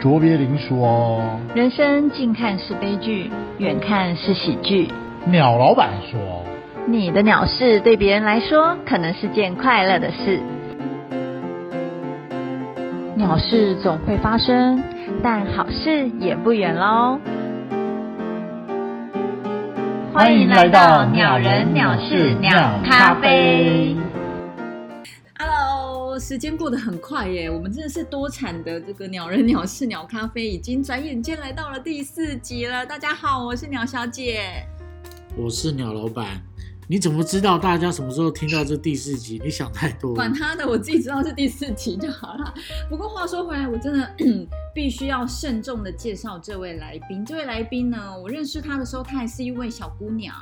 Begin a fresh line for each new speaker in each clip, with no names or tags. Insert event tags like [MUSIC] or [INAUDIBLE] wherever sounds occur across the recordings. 卓别林说，
人生近看是悲剧，远看是喜剧。
鸟老板说，
你的鸟事对别人来说可能是件快乐的事，鸟事总会发生，但好事也不远喽。
欢迎来到鸟人鸟事鸟咖啡。
Hello，时间过得很快耶，我们真的是多产的这个鸟人鸟事鸟咖啡，已经转眼间来到了第四集了。大家好，我是鸟小姐。
我是鸟老板。你怎么知道大家什么时候听到这第四集？你想太多了
管。他的，我自己知道是第四集就好了。不过话说回来，我真的必须要慎重的介绍这位来宾。这位来宾呢，我认识她的时候，她还是一位小姑娘。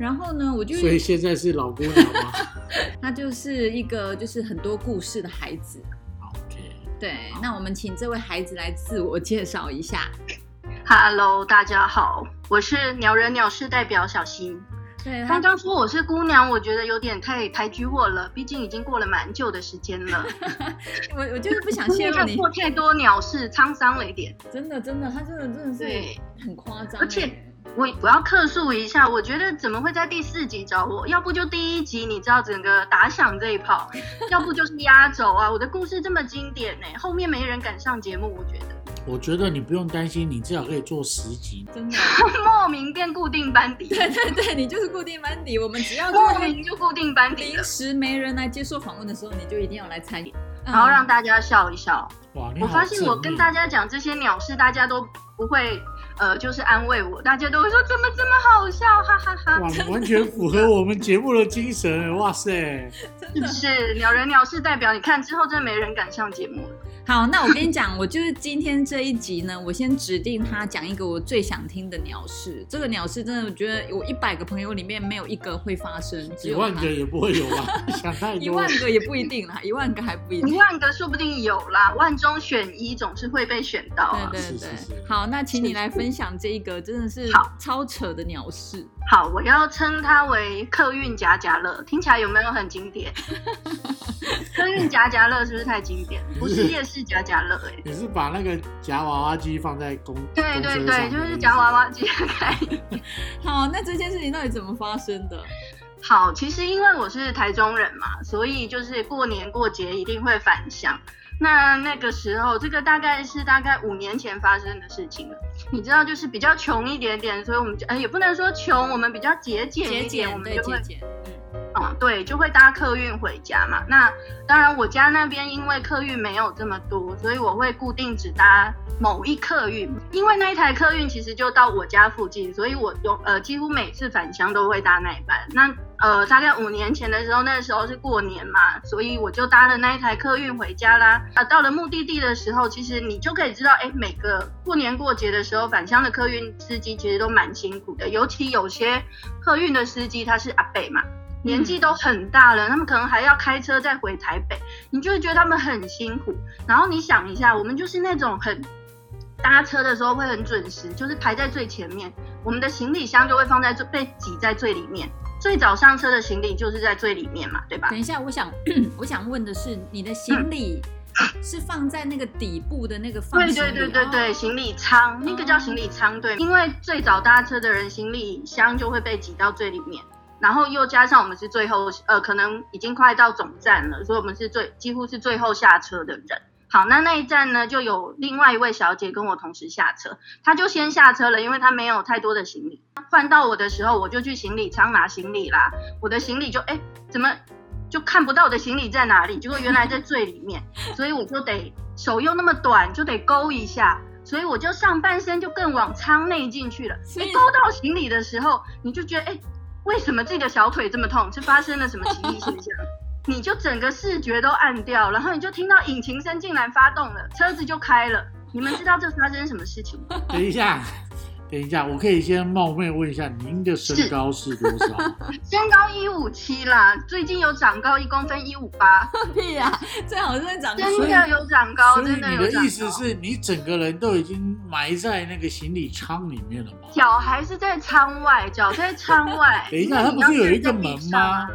然后呢，我就
所以现在是老姑娘吗 [LAUGHS]
她就是一个就是很多故事的孩子。
？OK，
对，那我们请这位孩子来自我介绍一下。
Hello，大家好，我是鸟人鸟事代表小新。
对，她
刚刚说我是姑娘，我觉得有点太抬举我了，毕竟已经过了蛮久的时间了，
我我就是 [LAUGHS] 不想
因
泄
为
露
看 [LAUGHS]
你，
过太多鸟事，沧桑了一点。
真的真的，她真的真的是
对
很夸张欸，
而且我我要客诉一下，我觉得怎么会在第四集找我？要不就第一集，你知道整个打响这
[LAUGHS]
一炮，要不就是压轴啊！我的故事这么经典呢、后面没人敢上节目，我觉得
我觉得你不用担心，你至少可以做十集。
真
[LAUGHS]
的，
莫名变固定班
[LAUGHS]
底，
对对对，你就是固定班底，我们只
[LAUGHS]
要
莫
就是
名就固定班底
临
了，
时没人来接受访问的时候，你就一定要来参与，嗯
然后让大家笑一笑。
哇，你
我
好
发现我
正
跟
面
大家讲这些鸟事，大家都不会呃，就是安慰我，大家都会说怎么这么好笑，哈哈哈
哇，你完全符合我们节目的精神。哇塞，
是不是？鸟人鸟事代表，你看之后真没人敢上节目了。
好，那我跟你讲，我就是今天这一集呢，我先指定他讲一个我最想听的鸟事。这个鸟事真的，我觉得我一百个朋友里面没有一个会发生，只
一
有
万
他
个也不会有吧？ [LAUGHS] 你想太
一
多
万
了。
个也不一定啦，一万个还不一
一
定。
万个说不定有啦，万中选一总是会被选到啊。
对对
是是
对，
是
好，那请你来分享这一个真的是
好
超扯的鸟事。
好，我要称它为客运夹夹乐，听起来有没有很经典？客运夹夹乐是不是太经典？不是夜市夹夹乐哎、
你是把那个夹娃娃机放在公
对对
公车
对，
上
就是
的意思
夹娃娃机的概念。
好，那这件事情到底怎么发生的？
好，其实因为我是台中人嘛，所以就是过年过节一定会返乡。那那个时候，这个大概是大概五年前发生的事情了。你知道，就是比较穷一点点，所以我们就呃也不能说穷，我们比较节俭
节
一点，我
俭
们
对
就会
节俭，
嗯，对，就会搭客运回家嘛。那当然，我家那边因为客运没有这么多，所以我会固定只搭某一客运，因为那一台客运其实就到我家附近，所以我有呃几乎每次返乡都会搭那一班。那呃大概五年前的时候，那时候是过年嘛，所以我就搭了那一台客运回家啦。啊、到了目的地的时候，其实你就可以知道，哎，每个过年过节的时候返乡的客运司机其实都蛮辛苦的，尤其有些客运的司机他是阿北嘛。年纪都很大了，他们可能还要开车再回台北，你就会觉得他们很辛苦。然后你想一下，我们就是那种很搭车的时候会很准时，就是排在最前面，我们的行李箱就会放在最被挤在最里面。最早上车的行李就是在最里面嘛，对吧
等？一下，我想 [CLEARS THROAT] 我想问的是，你的行李是放在那个底部的那个放
对
行
对
李
对对对，
哦
行李舱那个叫行李舱，对，因为最早搭车的人行李箱就会被挤到最里面，然后又加上我们是最后，呃，可能已经快到总站了，所以我们是最几乎是最后下车的人。好，那那一站呢，就有另外一位小姐跟我同时下车，她就先下车了，因为她没有太多的行李。换到我的时候，我就去行李舱拿行李啦。我的行李就哎，怎么就看不到我的行李在哪里？结果原来在最里
[LAUGHS]
面，所以我就得手又那么短，就得勾一下，所以我就上半身就更往舱内进去了。
所
哎
以，
勾到行李的时候，你就觉得哎，为什么自己的小腿这么痛？是发生了什么奇异现象？ [LAUGHS] 你就整个视觉都暗掉，然后你就听到引擎声竟然发动了，车子就开了。你们知道这发生什么事情
[LAUGHS]
吗？
等一下，等一下，我可以先冒昧问一下，您的身高是多少？
身高一五七啦，最近有长高一公分一五八，
哦屁呀，最好是长
真
啊所以
的有长 [LAUGHS] 高，
所以
真的
你
有
的
长
意思
高。
是你整个人都已经埋在那个行李舱里面了吗？
脚还是在舱外，脚在舱
[LAUGHS] 。
外
等一下，
因为
它不
你
是
要
有一
站在
个
地
门
上
吗
啊？？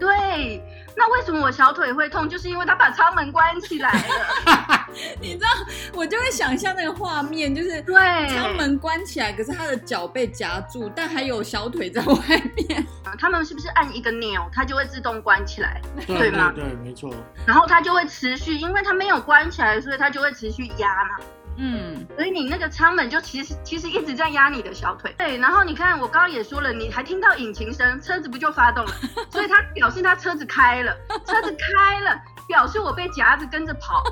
对，那为什么我小腿会痛？就是因为他把舱门关起来
[LAUGHS]
了。
你知道，我就会想象那个画面，就是
对，
舱门关起来，可是他的脚被夹住，但还有小腿在外面。
呃他们是不是按一个钮，它就会自动关起来？
对
[LAUGHS] 对吗
对对，没错，
然后它就会持续，因为它没有关起来，所以它就会持续压嘛。
嗯，
所以你那个舱门就其实其实一直在压你的小腿。对，然后你看我刚刚也说了，你还听到引擎声，车子不就发动了？所以它表示它车子开了，车子开了，表示我被夹着跟着跑。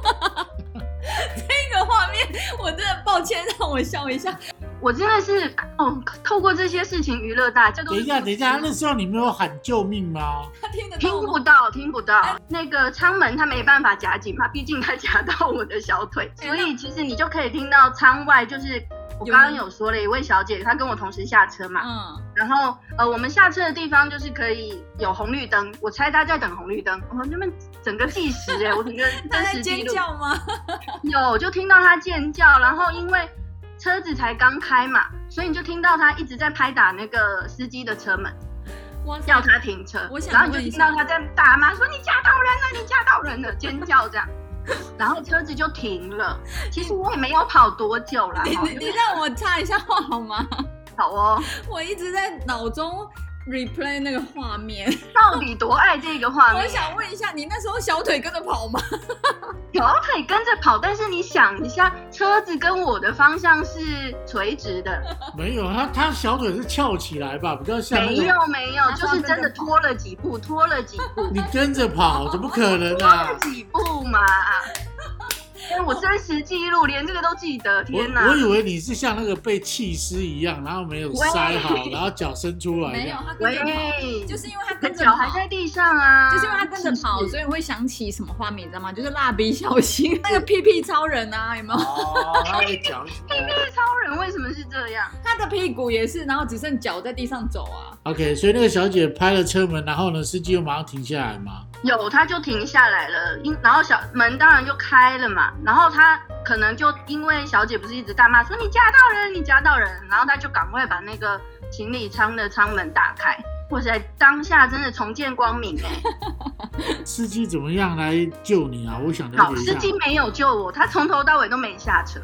那个画面我真的抱歉，让我笑一下。
我真的是哦，透过这些事情娱乐大家。这都
等
是
一下，等一下，那时候你没有喊救命吗？
他听得
听
到
不
吗？
到，听不到。那个舱门它没办法夹紧嘛，毕竟它夹到我的小腿，
哎
所以其实你就可以听到舱外就是。我
有
刚刚
人
有说了一位小姐，她跟我同时下车嘛，
嗯，
然后呃，我们下车的地方就是可以有红绿灯，我猜她在等红绿灯。我们那边整个计时哎、我
[LAUGHS]
整个
他在
真实记
尖
录
叫吗？
有，就听到她尖叫，然后因为车子才刚开嘛，所以你就听到她一直在拍打那个司机的车门。
哇塞
叫他停车
我，想
然后你
问一
就听
下
到他在大骂说：“你夹到人了，你夹到人了！”尖叫这样，然后车子就停了。其实我也没有跑多久啦，
你
哦
你你让我插一下话好吗？
好哦，
我一直在脑中 replay 那个画面。
到底多爱这个画
我
面，
想问一下，你那时候小腿跟着跑吗？
小腿啊跟着跑，但是你想一下，车子跟我的方向是垂直的，
没有，啊他他小腿是翘起来吧，比较像那
没
种。
有没有，
他
就
说
是
跟
真
着
的
跑
拖了几步，拖了几
[LAUGHS]
步，
你跟着跑，怎么可能
拖
啊
了？几步嘛。哎，我真实记录，连这个都记得，
我
[LAUGHS] 天哪！
我以为你是像那个被弃尸一样，然后没有塞好，
喂
然后脚伸出来这
[LAUGHS] 没有，
样。
他跟着跑，
喂，
就是因为他
你
跟
的
着
脚
跑，
还在地上啊，
就是因为他跟着跑，所
以
以我会想起什么画面，你知道吗？就是蜡笔小
嗯
新那个屁屁超人啊，有没有？
哦，他的脚。
超人为什么是这样？
他的屁股也是，然后只剩脚在地上走啊。
OK，所以那个小姐拍了车门，然后呢，司机又马上停下来嘛。
有他就停下来了，因然后小门当然就开了嘛，然后他可能就因为小姐不是一直大骂说你夹到人，你夹到人，然后他就赶快把那个行李舱的舱门打开。哇塞，当下真的重见光明哎、
司机怎么样来救你啊？我想了
好，
解一
司
下。
机没有救我，他从头到尾都没下车，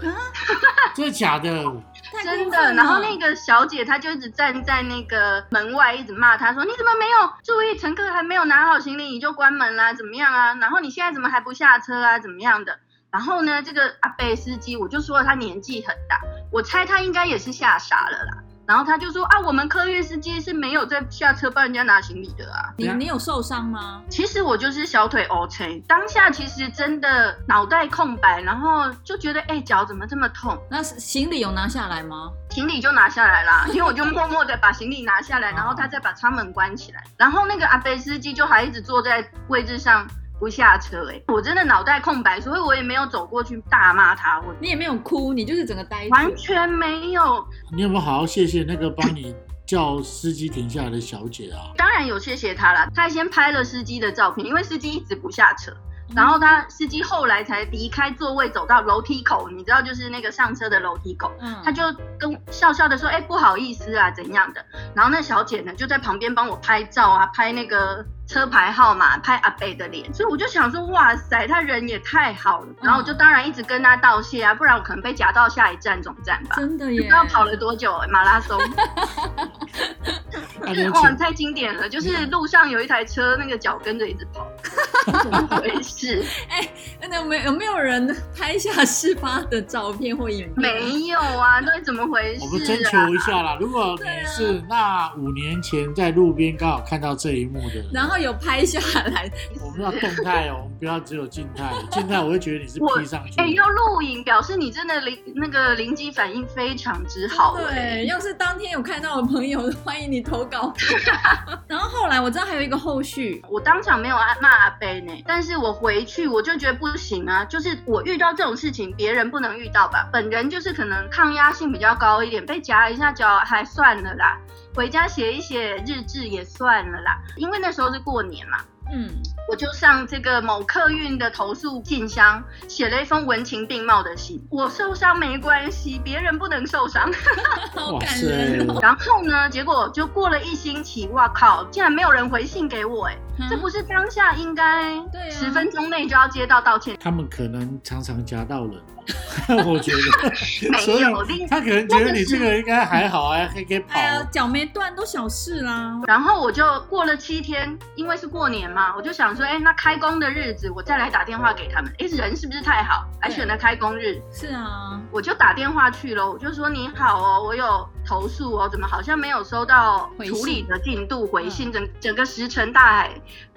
真的假的？
太过
真
分
的。
了
然后那个小姐她就一直站在那个门外，一直骂他说：“你怎么没有注意乘客还没有拿好行李你就关门啦？怎么样啊？然后你现在怎么还不下车啊？怎么样的？”然后呢，这个阿贝司机我就说了他年纪很大，我猜他应该也是吓傻了啦。然后他就说啊，我们客运司机是没有在下车帮人家拿行李的啊。
你你有受伤吗？
其实我就是小腿 OK，当下其实真的脑袋空白，然后就觉得哎脚怎么这么痛，
那行李有拿下来吗？
行李就拿下来啦，因为我就默默的把行李拿下来，然后他再把舱门关起来，然后那个阿贝司机就还一直坐在位置上不下车、欸，我真的脑袋空白，所以我也没有走过去大骂他，我
你也没有哭，你就是整个呆住。
完全没有，
你有没有好好谢谢那个帮你叫司机停下来的小姐啊？
当然有谢谢他啦，他还先拍了司机的照片，因为司机一直不下车，
嗯
然后他司机后来才离开座位走到楼梯口，你知道就是那个上车的楼梯口，
嗯，
他就跟笑笑的说：“哎、不好意思啊，怎样的？”然后那小姐呢就在旁边帮我拍照啊，拍那个车牌号码，拍阿贝的脸。所以我就想说，哇塞，他人也太好了。然后我就
嗯
当然一直跟他道谢啊，不然我可能被夹到下一站总站吧。
真的
不
耶
知，道跑了多久、马
[LAUGHS]
拉松，哎
那你有
哇，
请
太经典了！就是
嗯
路上有一台车，那个脚跟着一直跑，
[LAUGHS]
怎么回事？
哎那有没有有没有人拍下事发的照片或影片？
没有啊，到底怎么回事、啊？
我们征求一下啦。
啊
如果你是那五年前在路边刚好看到这一幕的人，
啊
然后有拍下来，
我们要动态哦，我们不要只有静态。静态我会觉得你是
我
P 上去的。
哎、要录影，表示你真的灵那个灵机反应非常之好、哎
对，要是当天有看到的朋友，欢迎你投稿。 [LAUGHS] 然后后来我知道还有一个后续，
我当场没有骂阿贝呢，但是我回去我就觉得不行啊，就是我遇到这种事情，别人不能遇到吧？本人就是可能抗压性比较高一点，被夹一下脚还算了啦，回家写一写日志也算了啦，因为那时候是过年嘛。
嗯， [LAUGHS]
我就上这个某客运的投诉信箱写了一封文情并茂的信，我受伤没关系，别人不能受伤。
好
哇
感
塞！
人哦。
然后呢，结果就过了一星期，哇靠，竟然没有人回信给我哎、这不是当下应该
嗯啊对啊
十分钟内就要接到道歉，
他们可能常常夹到人， [LAUGHS] 我觉
[LAUGHS]
得，所
没有
以
另。
他可能觉得你这个应该还好啊，还可以跑
哎。呀，脚没断都小事啦。
然后我就过了七天，因为是过年嘛，我就想说，哎，那开工的日子我再来打电话给他们。哎，人是不是太好，还选了开工日？
是啊，
我就打电话去了，我就说你好哦，我有投诉哦，怎么好像没有收到
回信嗯
处理的进度回信，整整个石沉大海，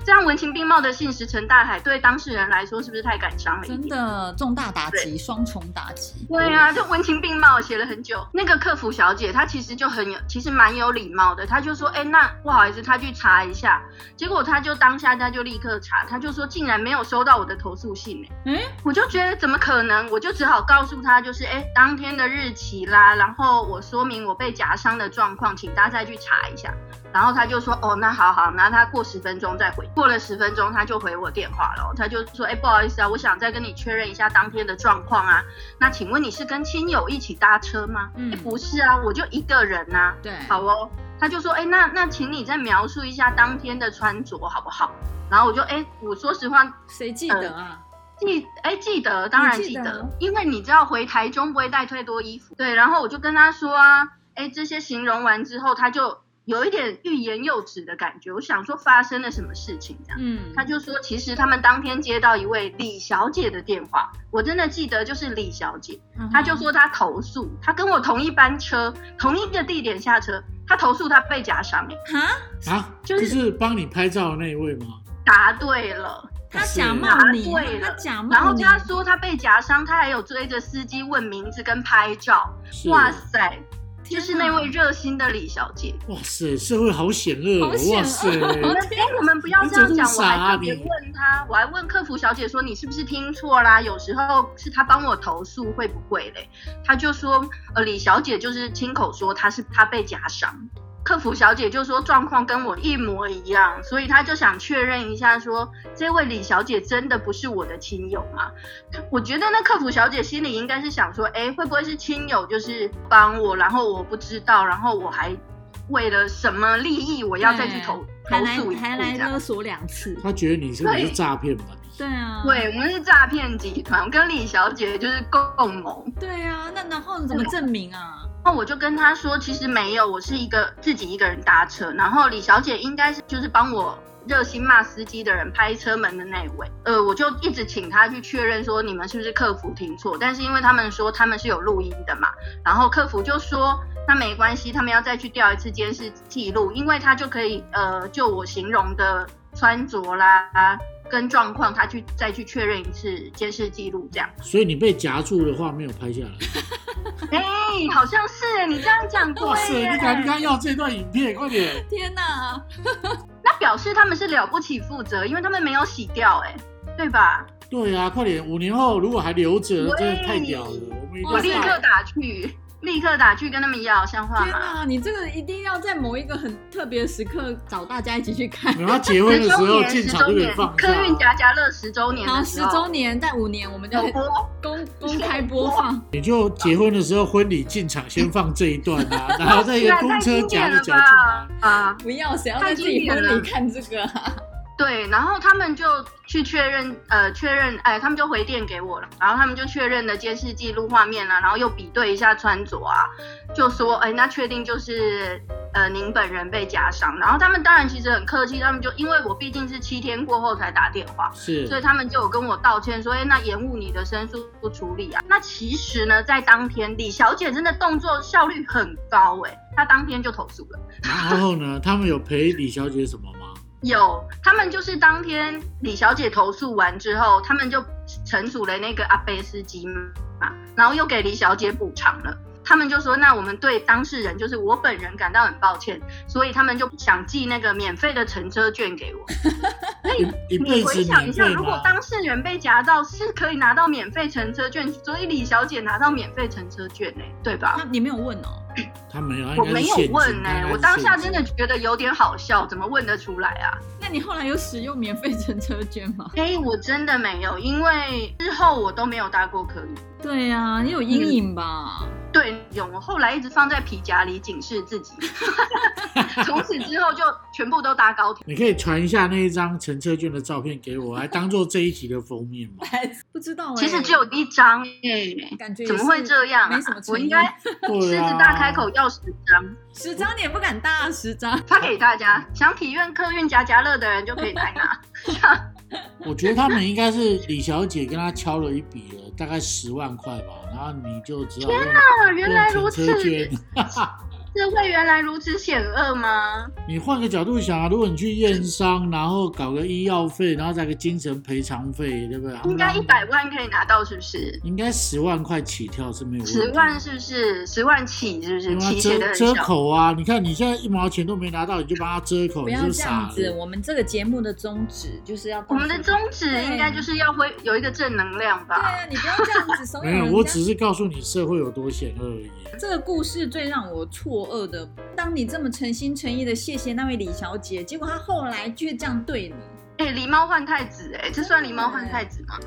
这样文情并茂的信石沉大海，对当事人来说是不是太感伤了一
真
点？
的重大打击，双重打击。
对啊，就文情并茂，写了很久。那个客服小姐她其实就很有，其实蛮有礼貌的。她就说：“哎，那不好意思，她去查一下。”结果她就当下她就立刻查，她就说竟然没有收到我的投诉信、欸，
嗯
我就觉得怎么可能？我就只好告诉她，就是哎，当天的日期啦，然后我说明我被夹伤的状况，请大家再去查一下。然后他就说，哦，那好好，那他过十分钟再回。过了十分钟，他就回我电话了，他就说，哎，不好意思啊，我想再跟你确认一下当天的状况啊。那请问你是跟亲友一起搭车吗？
嗯
哎，不是啊，我就一个人呐、
对，
啊。好哦，他就说，哎，那那请你再描述一下当天的穿着好不好？然后我就，哎，我说实话，
谁记得啊？
记哎记得，当然
你记
记得，
得
因为你知道回台中不会带太多衣服。对，然后我就跟他说啊，哎，这些形容完之后，他就有一点欲言又止的感觉。我想说发生了什么事情这样。
嗯，
他就说，其实他们当天接到一位李小姐的电话，我真的记得就是李小姐，
嗯哼
她就说她投诉，她跟我同一班车，同一个地点下车，她投诉她被夹伤、哎，
哈，
啊，
就
就是是帮你拍照的那一位吗？
答对了。
他
是
假冒你，
答对了
他假冒你，
然后他说他被夹伤，他还有追着司机问名字跟拍照，
是
哇塞，就
天
是
哪
那位热心的李小姐。
哇塞，社会好险恶哦，
好险恶
哇塞， [LAUGHS]
我们哎，我们不要这样
你怎么
讲，
这
我
么傻啊
还特别
你
问他，我还问客服小姐说你是不是听错啦？有时候是他帮我投诉会不会嘞？他就说，呃，李小姐就是亲口说她是她被夹伤。客服小姐就说状况跟我一模一样，所以她就想确认一下说这位李小姐真的不是我的亲友吗？我觉得那客服小姐心里应该是想说，哎，会不会是亲友就是帮我，然后我不知道，然后我还为了什么利益我要再去投
还
投
来
诉一次
还
这
来
样？
勒索两次，
他觉得你是不是诈骗吧？
对啊，
对，我们是诈骗集团，我跟李小姐就是共谋。
对啊，那然后怎么证明啊？
那我就跟她说，其实没有，我是一个自己一个人搭车，然后李小姐应该是就是帮我。热心骂司机的人拍车门的那一位，呃，我就一直请她去确认说你们是不是客服听错，但是因为他们说他们是有录音的嘛，然后客服就说那没关系，他们要再去调一次监视记录，因为他就可以呃就我形容的穿着啦跟状况，他去再去确认一次监视记录这
[LAUGHS]
样。
所以你被夹住的话没有拍下来。
哎、好像是耶你这样讲对
哇塞，
耶
你赶你赶要这段影片，快点！
天哪，
那表示他们是了不起负责，因为他们没有洗掉、哎，对吧？
对啊，快点！五年后如果还留着，
喂
真的太屌了，我们一定
我
要
立刻打去，立刻打去跟他们要，像话
天
吗？
哪，你这个一定要在某一个很特别的时刻找大家一起去看。
等他结婚的
十
时
周
候
年，
进
十
场
周
就给你
年
放，
客运
下。
夹夹乐十周年
然后
的
十
时候，
周年，在五年我们就
有播 [LAUGHS]
公公开播放，
你就结婚的时候婚礼进场先放这一段
[LAUGHS]
啊，然后再一
对
个
啊
公
太
车
经
夹
典
着
了
夹进来
吧。？啊，
不要谁要在自己婚礼看这个
[LAUGHS]
啊？
对，然后他们就去确认，呃，确认，哎，他们就回电给我了，然后他们就确认了监视记录画面啊，然后又比对一下穿着啊，就说，哎，那确定就是，呃，您本人被夹伤。然后他们当然其实很客气，他们就因为我毕竟是七天过后才打电话，
是，
所以他们就有跟我道歉说，哎，那延误你的申诉处理啊。那其实呢，在当天李小姐真的动作效率很高、哎，她当天就投诉了。
然后呢，他们有陪李小姐什么吗？
有，他们就是当天李小姐投诉完之后，他们就惩处了那个阿贝司机嘛，然后又给李小姐补偿了。他们就说，那我们对当事人，就是我本人感到很抱歉，所以他们就想寄那个免费的乘车券给我。
一一辈
你
子
回想一
免
下，
费
如果
吗？
当事人被夹到，是可以拿到免费乘车券，所以李小姐拿到免费乘车券呢、对吧？
他你没有问哦？
他没有，
我没有问呢、
呢、
我当下真的觉得有点好笑，怎么问得出来啊？
那你后来有使用免费乘车券吗？ [LAUGHS]
哎、我真的没有，因为之后我都没有搭过客运。
对呀、啊，你有阴影吧？
对，有，我后来一直放在皮夹里警示自
[LAUGHS]
己。从此之后就全部都搭高铁。
你可以传一下那一张乘车券的照片给我，来当做这一集的封面
[LAUGHS]
嘛。
不知道、欸，
其实只有一张哎、
感觉也
怎么会
是
这样、啊？
没什么诚意
我应该狮
对
子
啊，
大开口要十张，
十张你也不敢搭啊十张。
发给大家。想体验客运夹夹乐的人就可以来拿。
我觉得他们应该是李小姐跟他敲了一笔了，大概十万块吧，然后你就知道天
啊原来如此
乘车券。
这会原来如此险恶吗？
你换个角度想啊，如果你去验伤，然后搞个医药费，然后再个精神赔偿费，对不对？
应该一百，万可以拿到，是不是？
应该十万块起跳是没有问题。
十万是不是？十万起是
对
不是？
啊
起写的
折折
很小。
口啊！你看你现在一毛钱都没拿到，你就帮他折口，
不
你
要
是不是
这
傻
样子，
了。
我们这个节目的宗旨哦就是要
我们的宗旨应该就是要会有一个正能量
对
吧。
啊，你不要这样子怂恿
没有，
人
我
家
只是告诉你社会有多险恶而已。
这个故事最让我错愕的，当你这么诚心诚意的谢谢那位李小姐，结果她后来却这样对你，
哎、狸猫换太子、哎，这算狸猫换太子吗？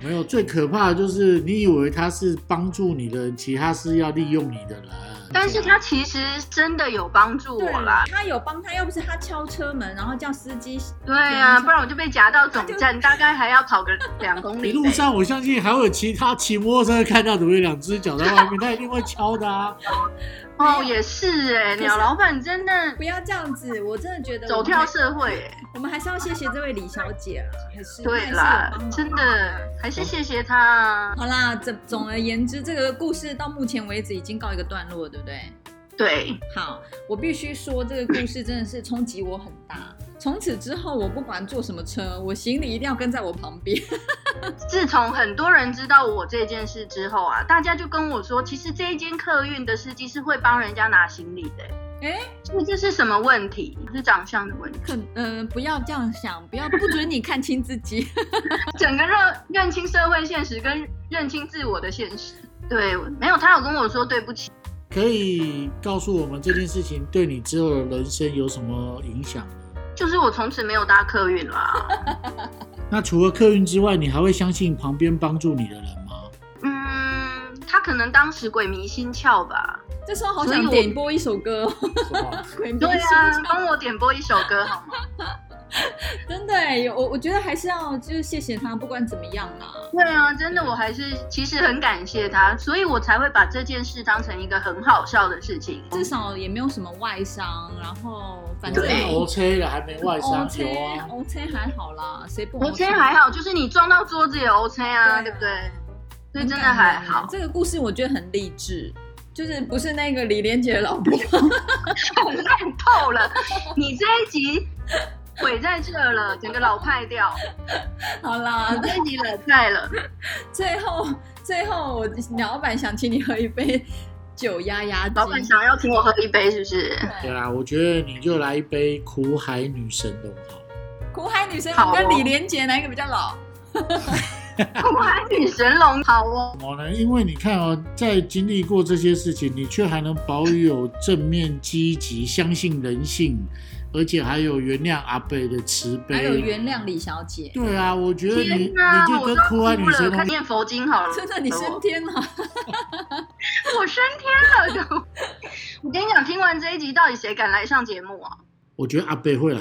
没有，最可怕的就是你以为他是帮助你的人，其实他是要利用你的人。
但是他其实真的有帮助
对
我啦。
她有帮她，要不是她敲车门，然后叫司机，
对呀、不然我就被夹到总站，大概还要跑个两
[LAUGHS]
公
一
里。
路上，我相信还会有其他骑摩托车看到怎么有两只脚在外
[LAUGHS]
面，他一定会敲的啊！
哦，也是哎、
是
鸟老板真的
不要这样子，我真的觉得
走
我们
跳
还
社会、哎
我们还是要谢谢这位李小姐啦，还是
对
啦
啦，，真的还
哦
是谢谢他啊。
好啦，总总而言之，这个故事到目前为止已经告一个段落，对不对？
对，
好，我必须说这个故事真的是冲击我很大。从此之后，我不管坐什么车，我行李一定要跟在我旁边。
自从很多人知道我这件事之后啊，大家就跟我说，其实这一间客运的司机是会帮人家拿行李的、
哎、
那这是什么问题？是长相的问题。
可嗯、不要这样想，不要不准你看清自己。 [LAUGHS]
整个认认清社会现实跟认清自我的现实。对，没有他有跟我说对不起，
可以告诉我们这件事情对你之后的人生有什么影响吗？
就是我从此没有搭客运啦。
那除了客运之外，你还会相信旁边帮助你的人吗？
嗯，他可能当时鬼迷心窍吧。
这时候好
所以
想
我
点播一首歌、哦， [LAUGHS]
是吧？
鬼迷
对
心
啊
窍，
帮我点播一首歌好吗？
真的耶，有我我觉得还是要就是谢谢他，不管怎么样啦。
对啊，真的，我还是其实很感谢他，所以我才会把这件事当成一个很好笑的事情。
至少也没有什么外伤，然后反正哦
对
OK 了，还没外伤有啊。
O K 还好啦，谁不
OK 还好，就是你撞到桌子也 OK 啊，
对啊
对不对？所以
很
真的
感
还
人
好。
这个故事我觉得很励志，就是不是那个李连杰的老婆， [LAUGHS]
烂透了，你这一集毁在这了，整个老派掉，
好啦
你，这一集冷菜了。
最后最后我老板想请你喝一杯酒压压惊，
老板想要请我喝一杯，是不是？
对啊，我觉得你就来一杯苦海女神的好。
苦海女神
好哦
跟李连杰哪一个比较老？
我还女神龙，好哦。
怎么呢？因为你看哦，在经历过这些事情，你却还能保有正面、积极、相信人性，而且还有原谅阿贝的慈悲。
还有原谅李小姐，
对啊，我觉得你
天
你
哪，
就
我
跟
都
酷爱女
哭
神
了，
同
快念佛经好哦了。
真的你升天了，
我升天 [LAUGHS] 了都。我跟你讲，听完这一集，到底谁敢来上节目啊？
我觉得阿贝会来。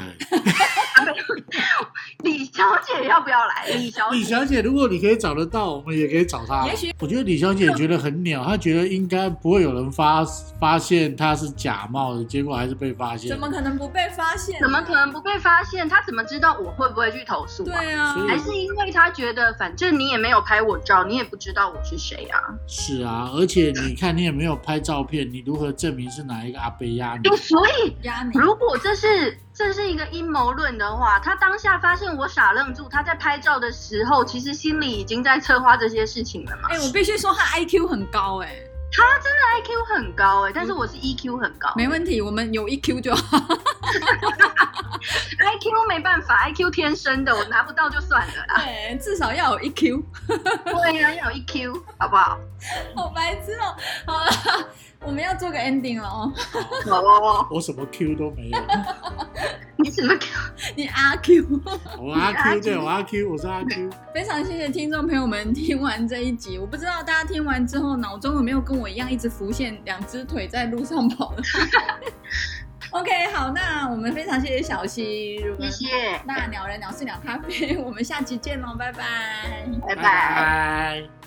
李小姐要不要来？李小
李
姐，
小姐，如果你可以找得到，我们也可以找她。
也许
我觉得李小姐觉得很鸟，她觉得应该不会有人发发现她是假冒的，结果还是被发现。
怎么可能不被发现？
怎么可能不被发现？她怎么知道我会不会去投诉、啊？
对啊
所，以
还是因为她觉得，反正你也没有拍我照，你也不知道我是谁啊。
是啊，而且你看，你也没有拍照片，你如何证明是哪一个阿贝压你
哎、？所以
压你。
如果这是这是一个阴谋论的话，他当下发现我傻愣住，他在拍照的时候，其实心里已经在策划这些事情了嘛。
哎、我必须说他 IQ 很高哎、
他真欸的 IQ E 很高哎、但是我是 EQ 很高。
没问题，我们有 EQ 就好。
IQ 没办法，IQ 天生的，我拿不到就算了
[LAUGHS]
啦。
对，至少要有一 Q，
对呀、要有 EQ，好不好？
好白痴哦、好了，我们要做个 ending 了哦。
好哦，
我什么 Q 都没
[LAUGHS]
有，
你怎么给
你阿 Q，
我阿 Q 对，
你
我阿 Q，我是阿 Q。
非常谢谢听众朋友们听完这一集，我不知道大家听完之后脑中有没有跟我一样一直浮现两只腿在路上跑
[LAUGHS]
的画面。OK，好，那我们非常谢谢小溪，如果
谢谢，
那鸟人鸟事鸟咖啡，我们下期见喽，拜拜。
拜
拜拜。
拜。